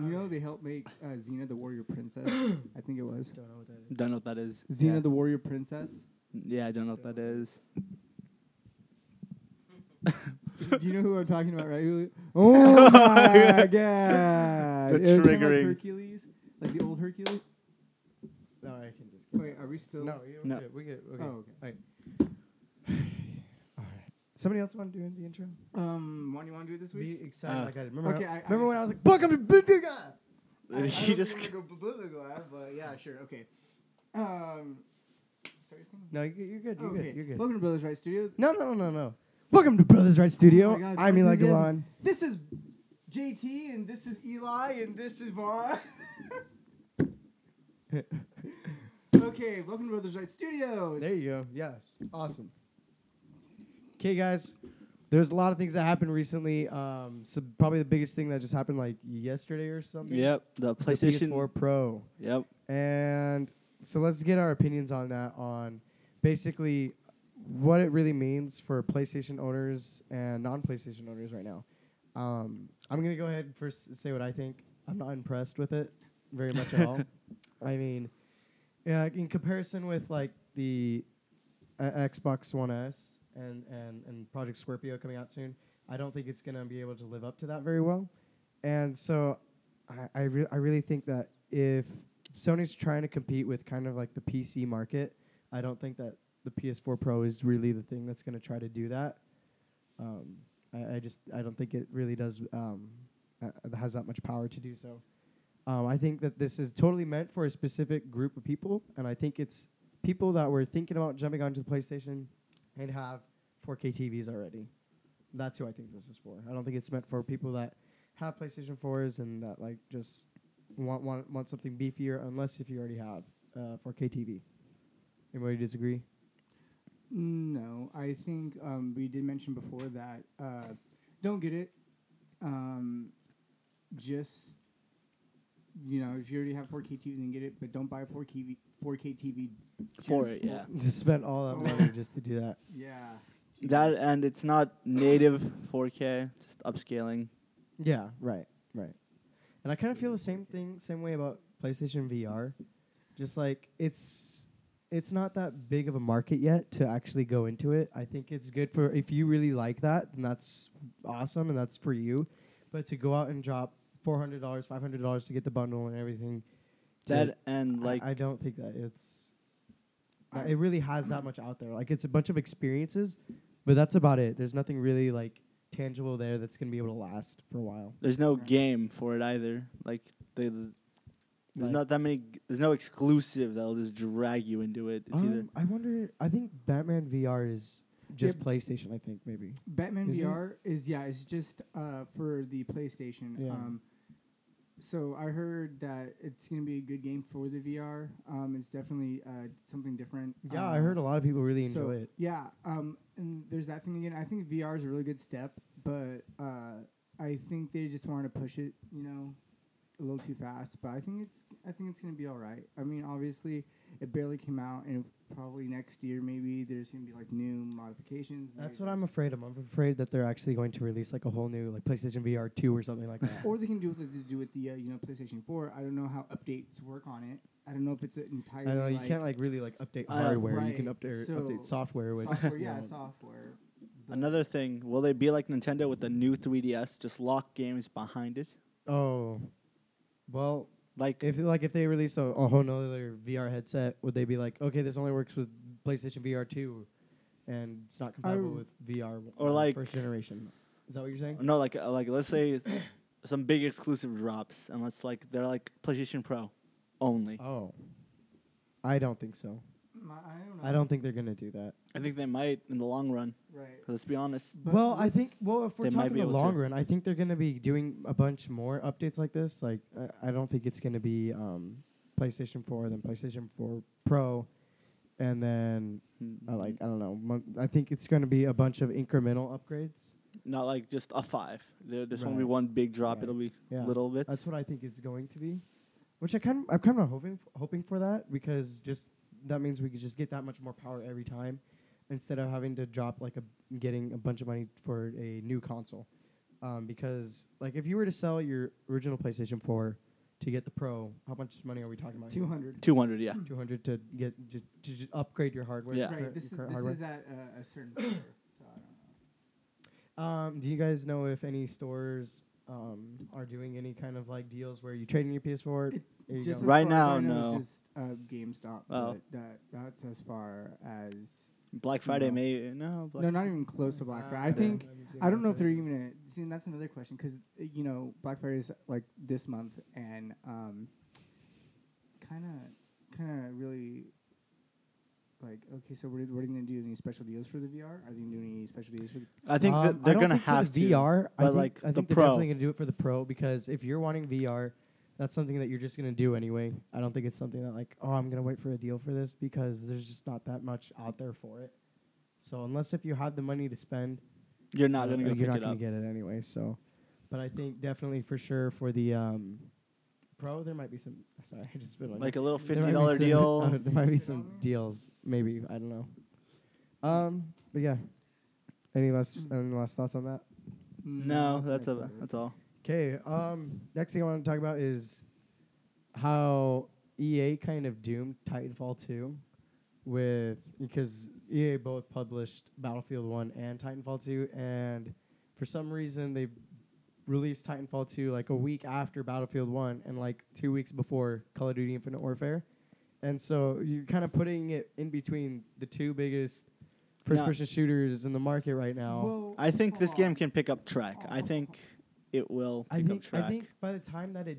You know they helped make uh, Xena the Warrior Princess. I think it was Don't know what that is. Don't know what that is. Xena Yeah. the Warrior Princess. Yeah, I don't know what that is. Do you know who I'm talking about, right? Who- Oh my god! The It was kinda like triggering. Hercules, like the old Hercules. No, I can just. Wait, are we still? No, yeah, we're No. good. We're good. Okay. Oh, okay. All right. Somebody else want to do the intro? Um, one you want to do it this week? Be excited Uh, like I did. Remember, okay, I, I- I- remember when I was like, "Fuck, I'm a big big guy." I, I he don't just think I'm gonna go blah, blah, blah, blah, but yeah, sure, okay. Um, sorry, thing? No, you're, you're good. You're okay. good. You're good. Welcome to Brothers Right Studio. No, no, no, no, no. Oh, Welcome to Brothers Right Studio. Oh my God, I'm Eli Galan. enthusiasm. This is JT, and this is Eli, and this is Vaughn. okay, welcome to Brothers Right Studios. There you go. Yes. Awesome. Okay, guys. There's a lot of things that happened recently. Um, so probably the biggest thing that just happened like yesterday or something. Yep, the The PlayStation. PS4 Pro. yep. And so let's get our opinions on that on basically what it really means for PlayStation owners and non-PlayStation owners right now. Um, I'm gonna go ahead and first say what I think. I'm not impressed with it very much at all. I mean, yeah, in comparison with like the uh, Xbox One S and, and and Project Scorpio coming out soon, I don't think it's gonna be able to live up to that very well. And so, I I, re- I really think that if Sony's trying to compete with kind of like the PC market, I don't think that the PS4 Pro is really the thing that's gonna try to do that. Um, I, I just I don't think it really does um, uh, uh, has that much power to do so. Um, I think that this is totally meant for a specific group of people, and I think it's people that were thinking about jumping onto the PlayStation and have 4K TVs already. That's who I think this is for. I don't think it's meant for people that have PlayStation 4s and that like just want want want something beefier, unless if you already have uh, 4K TV. Anybody disagree? No, I think um, we did mention before that uh, don't get it. Um, just you know, if you already have 4K TV, then get it. But don't buy a 4K 4K TV For just it, yeah. Just spent all that money just to do that. yeah. That uh, and it's not native 4K, just upscaling. Yeah, right, right. And I kind of feel the same thing, same way about PlayStation VR. Just like it's it's not that big of a market yet to actually go into it. I think it's good for if you really like that, then that's awesome and that's for you. But to go out and drop four hundred dollars, five hundred dollars to get the bundle and everything, to- That and like I, I don't think that it's that it really has that much out there. Like it's a bunch of experiences, but that's about it. There's nothing really like tangible there that's gonna be able to last for a while. there's no Right. game for it either. Like they, there's Like- not that many. g- There's no exclusive that'll just drag you into it. It's either Um, I wonder. I think Batman VR is just Yeah. PlayStation. I think maybe. Batman Isn't it? VR is yeah, it's just uh, for the PlayStation. Yeah. Um, so I heard that it's gonna be a good game for the VR. Um, it's definitely uh, something different. Yeah, I Um, heard a lot of people really enjoy So, it. Yeah, um, and there's that thing again. I think VR is a really good step, but uh, I think they just wanted to push it, you know, a little too fast. But I think it's I think it's gonna be all right. I mean, obviously, it barely came out, and probably next year maybe there's gonna be like new modifications. That's maybe what I'm afraid of. I'm afraid that they're actually going to release like a whole new like PlayStation VR two or something like that. Or they can do what they do with the uh, you know PlayStation Four. I don't know how updates work on it. I don't know if it's I entirely don't know you like can't like really like update Uh, hardware. You can right, update so- update software. Which software. Yeah, won't. software. but- another thing. Will they be like Nintendo with the new 3DS? Just lock games behind it. Oh, well, Like if like if they released a, a whole nother VR headset, would they be like, okay, this only works with PlayStation VR two, and it's not compatible with VR Or, uh, like- first generation? Is that what you're saying? no, like uh, like let's say s- some big exclusive drops, and let's like they're like PlayStation Pro only. Oh, I don't think so. My- I don't know. I don't think they're gonna do that. I think they might in the long run. Right. 'cause let's be honest. But well, I let's- think well if we're They might talking be the able to. long run, I think they're gonna be doing a bunch more updates like this. Like I, I don't think it's gonna be um, PlayStation Four, then PlayStation Four Pro, and then uh, like I don't know. mon- I think it's gonna be a bunch of incremental upgrades. Not like just a five. There, this won't be Right. one big drop. Right. It'll be Yeah. little bits. That's what I think it's going to be, which I kind of, I'm kind of hoping hoping for that because just that means we could just get that much more power every time instead of having to drop like a getting a bunch of money for a new console. um, because like if you were to sell your original PlayStation 4 to get the Pro, how much money are we talking about? Two hundred. Two hundred, yeah. 200 to get ju- to, ju- upgrade your hardware. Yeah. your Right. current- This your is current this hardware. is at uh, a certain store, so I don't know. Um, do you guys know if any stores um, are doing any kind of like deals where you trade in your PS4? It- there you Just go. as Right far as I now, know, no. it's Just uh, GameStop. Oh. But that that's as far as Black Friday, No. maybe no. Black no, not even close to Black Friday. I Yeah. think I don't know if they're Yeah. even. Gonna, see, and that's another question because you know Black Friday is like this month, and um, kind of, kind of really, like okay, so what are, what are they gonna do? Any special deals for the VR? Are they gonna do any special deals for the? I think Um, that they're don't gonna think for have the to. VR. I but, think, like, I think the they're Pro. definitely gonna do it for the pro because if you're wanting VR, that's something that you're just gonna do anyway. I don't think it's something that like oh I'm gonna wait for a deal for this because there's just not that much out there for it. So unless if you have the money to spend, You're not uh, gonna go you're pick not it gonna up. get it anyway. So, but I think definitely for sure for the um, pro there might be some. Sorry, I just spit on Like a little there might fifty be dollar some- deal. there might be some deals, maybe. I don't know. Um, but yeah. Any last any last thoughts on that? no, I that's think a it. that's all. Okay. Um, next thing I want to talk about is how EA kind of doomed Titanfall two with because EA both published Battlefield one and Titanfall two, and for some reason they released Titanfall two like a week after Battlefield one and like two weeks before Call of Duty Infinite Warfare, and so you're kind of putting it in between the two biggest first person shooters in the market right now. Well, I think hold this on. game can pick up track. I think it will I pick up think track. I think by the time that it,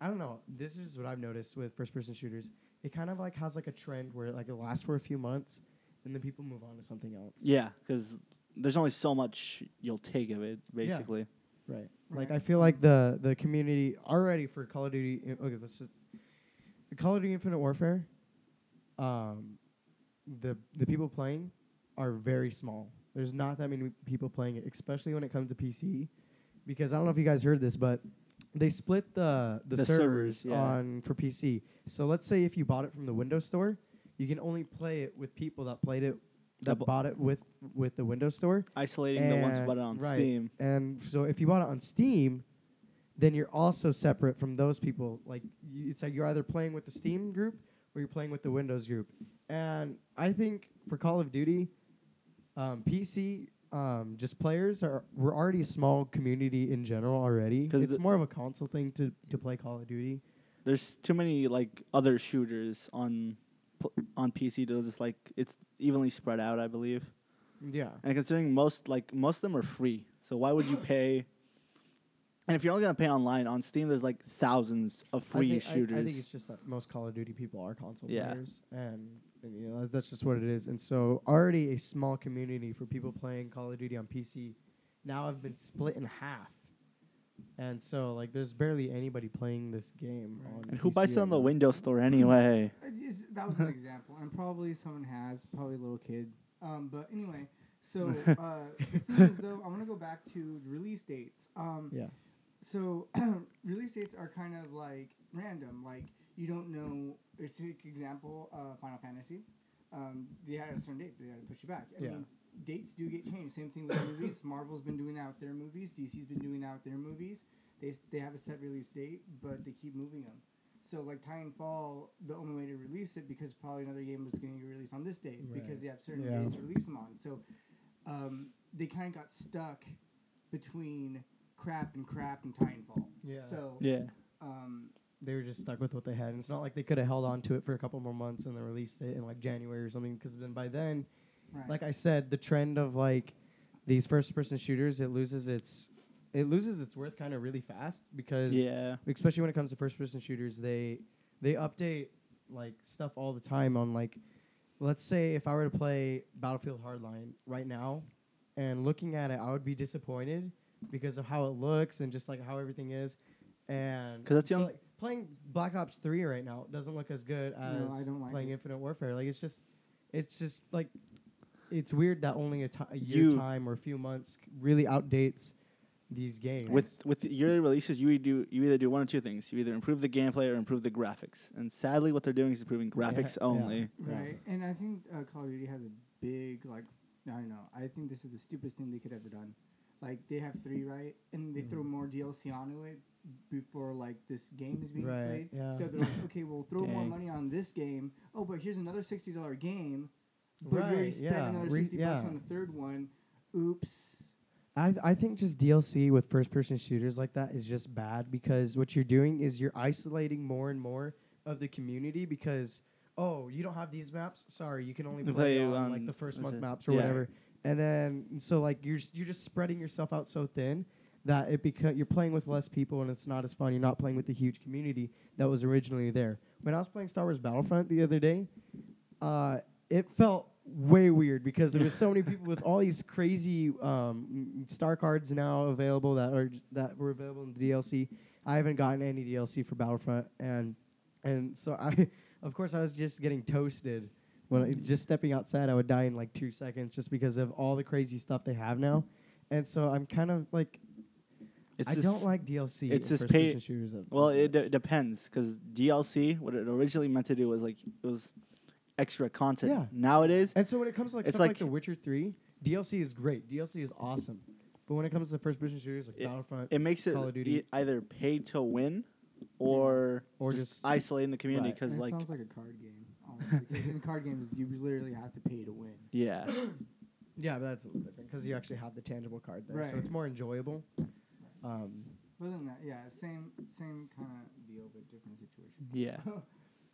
I don't know. This is what I've noticed with first-person shooters. It kind of like has like a trend where like it lasts for a few months, and then people move on to something else. yeah, because there's only so much you'll take of it, basically. Right. Like Right. I feel like the the community already for Call of Duty. i- Okay, let's just Call of Duty Infinite Warfare. Um, the the people playing are very small. There's not that many people playing it, especially when it comes to PC, because I don't know if you guys heard this, but they split the the, The servers, servers, yeah. on for PC. So let's say if you bought it from the Windows Store, you can only play it with people that played it that bu- bought it with with the Windows Store Isolating the ones who And- bought it on right. Steam. and so if you bought it on Steam, then you're also separate from those people. Like you, it's like you're either playing with the Steam group or you're playing with the Windows group. And I think for Call of Duty, um, PC um, just players are we're already a small community in general already. 'Cause It's the- more of a console thing to to play Call of Duty. There's too many like other shooters on pl- on PC to just like it's evenly spread out, I believe. Yeah. And considering most like most of them are free, so why would you pay? And if you're only gonna pay online on Steam, there's like thousands of free I think, I- shooters. I, think it's just that most Call of Duty people are console Yeah. players, and, and, you know that's just what it is. And so already a small community for people playing Call of Duty on PC now have been split in half, and so like there's barely anybody playing this game. Right. On and who PC buys it right on the now. Windows Store anyway? I just- that was an example, and probably someone has, probably a little kid. Um, but anyway, so uh, the thing is though, I want to go back to release dates. Um, Yeah. So release dates are kind of like random. Like you don't know. It's like example uh, Final Fantasy. Um, they had a certain date. They had to push it back. I Yeah. mean, dates do get changed. Same thing with movies. Marvel's been doing that with their movies. DC's been doing that with their movies. They s- they have a set release date, but they keep moving them. So like Titanfall, the only way to release it because probably another game was going to get released on this date because Right. they have certain Yeah. days to release them on. So um, they kind of got stuck between crap and crap and Titanfall. Yeah. So Yeah, um, They were just stuck with what they had, and it's not like they could have held on to it for a couple more months and then released it in like January or something. Because then by then right. like I said, the trend of like these first person shooters, it loses its it loses its worth kind of really fast because yeah. especially when it comes to first person shooters, they they update like stuff all the time on like let's say if I were to play Battlefield Hardline right now and looking at it, I would be disappointed because of how it looks and just like how everything is. And 'Cause that's the so, only- like, playing Black Ops 3 right now doesn't look as good as No, I don't like playing it. Infinite Warfare. Like it's just it's just like it's weird that only a, ti- a year You- time or a few months really outdates these games. With with yearly releases, you do you either do one or two things. You either improve the gameplay or improve the graphics. And sadly, what they're doing is improving graphics yeah. only. Yeah. Right, and I think uh, Call of Duty has a big like I don't know. I think this is the stupidest thing they could ever done. like they have three right, and they Mm-hmm. throw more DLC onto it before like this game is being Right, played. yeah. So they're like, okay, we'll throw more Dang. money on this game. Oh, but here's another sixty dollar game, but you already Right, spent yeah. another Re- sixty bucks yeah. on the third one. Oops. I, th- I think just DLC with first person shooters like that is just bad because what you're doing is you're isolating more and more of the community because oh you don't have these maps sorry you can only You play, play on on- like the first that's month it. maps or Yeah. whatever and then so like you're s- you're just spreading yourself out so thin that it beca- you're playing with less people and it's not as fun you're not playing with the huge community that was originally there when I was playing Star Wars Battlefront the other day uh, it felt way weird because there was so many people with all these crazy um, star cards now available that are that were available in the DLC. I haven't gotten any DLC for Battlefront, and and so I, of course, I was just getting toasted when I, just stepping outside. I would die in like two seconds just because of all the crazy stuff they have now, and so I'm kind of like It's I just don't like DLC. it's in this first-person pay- shooters that- Well, it d- depends because DLC, what it originally meant to do was like it was extra content. Yeah. Nowadays, And so when it comes to like It's stuff like, like- The Witcher Three, DLC is great. DLC is awesome. But when it comes to first person shooters like It- Battlefront it makes it Call of Duty. e- either pay to win or Or just, just- isolating the community Right. because That like sounds like a card game. honestly, 'cause in card games, you literally have to pay to win. yeah, Yeah, but that's a little different because you actually have the tangible card there, so Right. it's more enjoyable. Um, Other than that, yeah, same same kind of deal, but different situation. yeah.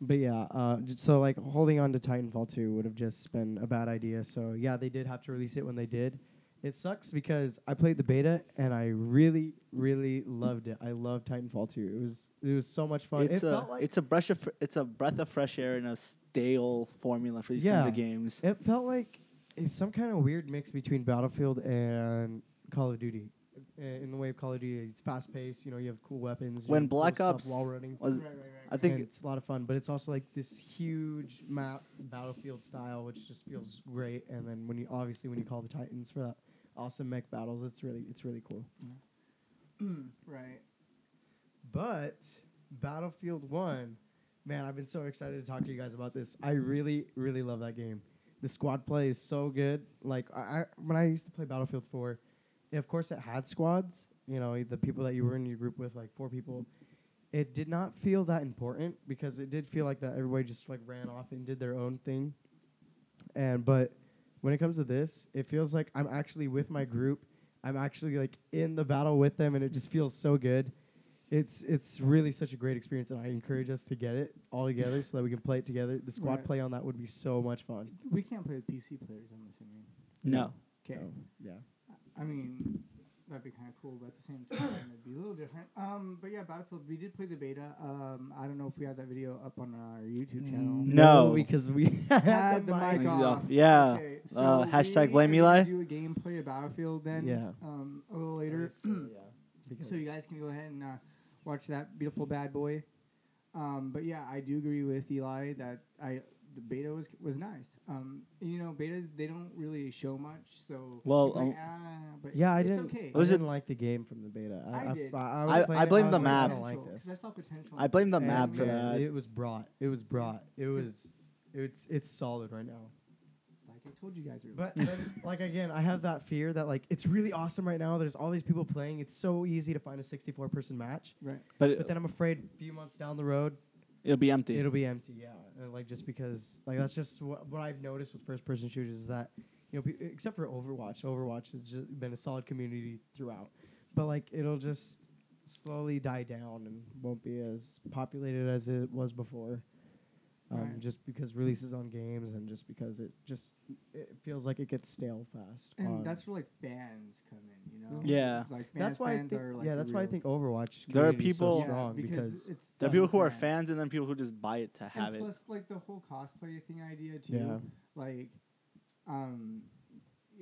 but yeah, uh, j- so like holding on to Titanfall two would have just been a bad idea. So yeah, they did have to release it when they did. It sucks because I played the beta and I really, really loved it. I loved Titanfall two. It was it was so much fun. It's it a felt like it's a brush of fr- it's a breath of fresh air and a stale formula for these kinds Yeah. of games. It felt like it's some kind of weird mix between Battlefield and Call of Duty. Uh, In the way of Call of Duty, it's fast paced. You know, you have cool weapons. you When have cool Black stuff Ops while running, Was right, right, right. I think and it's a lot of fun. But it's also like this huge map, Battlefield style, which just feels great. And then when you obviously when you call the Titans for that awesome mech battles, it's really it's really cool. Mm. right. But Battlefield 1, man, I've been so excited to talk to you guys about this. I really, really love that game. The squad play is so good. Like I, I when I used to play Battlefield 4, and of course it had squads, you know, the people that you were in your group with, like four people. It did not feel that important because it did feel like that everybody just like ran off and did their own thing. And but when it comes to this, it feels like I'm actually with my group. I'm actually like in the battle with them and it just feels so good it's it's really such a great experience, and I encourage us to get it all together so that we can play it together. The squad Right. play on that would be so much fun. We can't play with PC players, I'm assuming. no. Okay. So, yeah. I mean, that'd be kind of cool, but at the same time, it'd be a little different. Um, but yeah, Battlefield. We did play the beta. Um, I don't know if we have that video up on our YouTube channel. Mm, No. because we Had the mic Mics off. off. Yeah. Okay, so Uh, we hashtag blame are gonna Eli. Do a gameplay of Battlefield then. Yeah. Um, a little later. So you guys can go ahead and uh, watch that beautiful bad boy. Um, but yeah, I do agree with Eli that I the beta was was nice. Um, you know, betas they don't really show much, so Well, it's like, um, ah, but yeah, I it's didn't. Okay. I Was it- didn't like the game from the beta. I, I I, did. I, I- was playing I it, blame was the like, I map. don't like Potential, 'cause I this. saw potential. I blame the And, map for yeah, that. It was brought. It was brought. It was. It's it's solid right now. Like I told you guys earlier. But then, like again, I have that fear that like it's really awesome right now. There's all these people playing. It's so easy to find a 64 person match. right. But, But then I'm afraid a few months down the road, it, will be empty. It'll be empty, yeah. And, like just because, like that's just what, what I've noticed with first-person shooters is that, you know, pe- except for Overwatch, Overwatch has just been a solid community throughout, but like it'll just slowly die down and won't be as populated as it was before, um, Right. just because releases on games and just because it just it feels like it gets stale fast. and on- that's where like fans come in, you know. Yeah. Like fans, um, that's why I fans think, are like yeah, that's why I real- think Overwatch There are community Yeah, is so people- strong because it's there are done people with who are fans. fans and then people who just buy it to have and it. Plus, like the whole cosplay thing idea too. Yeah. Like, um,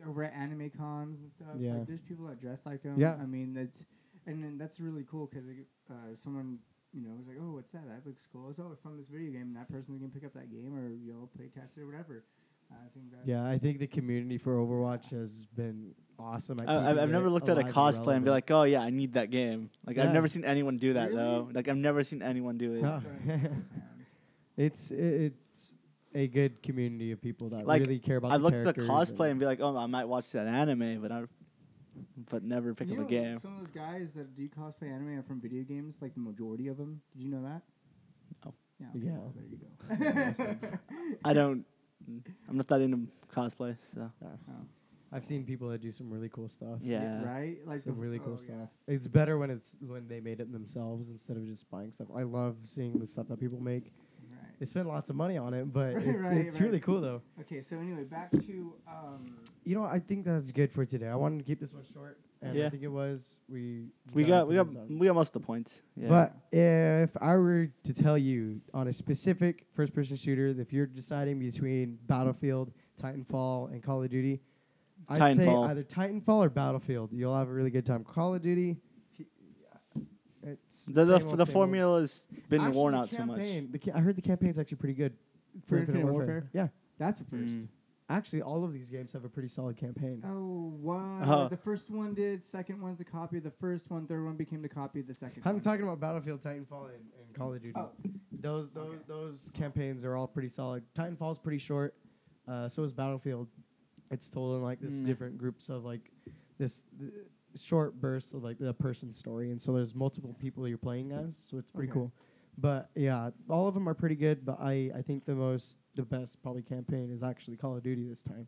over at anime cons and stuff. Yeah. Like, there's people that dress like them. Yeah. I mean, that's and then that's really cool because uh, someone you know was like, oh, what's that? That looks cool. It's oh, it's from this video game. And that person's gonna pick up that game or you'll play test it or whatever. I think that's Yeah, I think the community for Overwatch has been awesome. At I, I've, keeping I've it never looked at a alive cosplay and be relevant. like, oh yeah, I need that game. Like I've Yeah. never seen anyone do that Really? though. Like I've never seen anyone do it. Yeah. Sorry, fans. it's i- it's a good community of people that Like, really care about. I the looked at the characters cosplay and and be like, oh, I might watch that anime, but I but never pick you up a know, game. Some of those guys that do cosplay anime are from video games, like the majority of them. Did you know that? No. Yeah. Yeah. well, there you go. I don't. I'm not that into cosplay, so I've seen people that do some really cool stuff. yeah. Right? Like some the- really cool oh, stuff. yeah. It's better when it's when they made it themselves instead of just buying stuff. I love seeing the stuff that people make. Right. They spend lots of money on it, but Right, it's, right, it's right. really cool though. Okay, so anyway, back to um, You know, I think that's good for today. I wanted to keep this one short, and I Yeah. think it was. We we got we got opinions on it. we got most of the points. Yeah. But if I were to tell you on a specific first-person shooter, if you're deciding between Battlefield, Titanfall, and Call of Duty, I'd say Titanfall. either Titanfall or Battlefield. You'll have a really good time. Call of Duty. It's the the, same old, the same old. formula has been Actually, worn the out too much. campaign- the ca- I heard the campaign's actually pretty good For Infinite Warfare? Yeah, that's a first. Mm. actually, all of these games have a pretty solid campaign. Oh, wow. Uh-huh. The first one did. Second one's a copy of the first one. Third one became the copy of the 2nd I'm one. talking about Battlefield, Titanfall, and, and Call of Duty. Oh. Those those Okay. those campaigns are all pretty solid. Titanfall's pretty short. Uh, so is Battlefield. It's told in like this Mm. different groups of like this th- short bursts of like the person's story, and so there's multiple people you're playing as. So it's pretty Okay. cool. But yeah, all of them are pretty good. But I I think the most the best probably campaign is actually Call of Duty this time.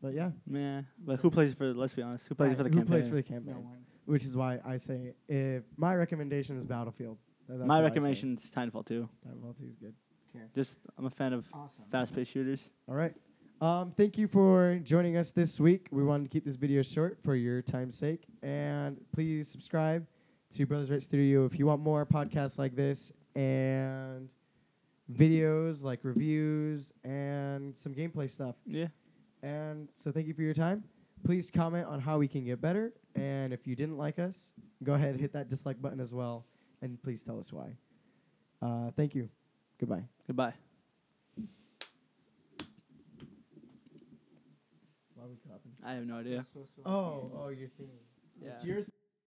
But yeah, Yeah, but who plays for? Let's be honest. Who plays Right, for the who campaign? plays for the campaign? No one. Which is why I say if my recommendation is Battlefield. Th- that's My what I say. recommendation is Titanfall 2. Titanfall 2 is good. Okay. Just I'm a fan of Awesome. fast-paced shooters. All right. Um, thank you for joining us this week. We wanted to keep this video short for your time's sake. And please subscribe to Brothers Right Studio if you want more podcasts like this and videos like reviews and some gameplay stuff. Yeah. And so thank you for your time. Please comment on how we can get better. And if you didn't like us, go ahead and hit that dislike button as well. And please tell us why. Uh, thank you. Goodbye. Goodbye. Why are we clapping? I have no idea. It's supposed to- Oh, oh, you're thinking. It's your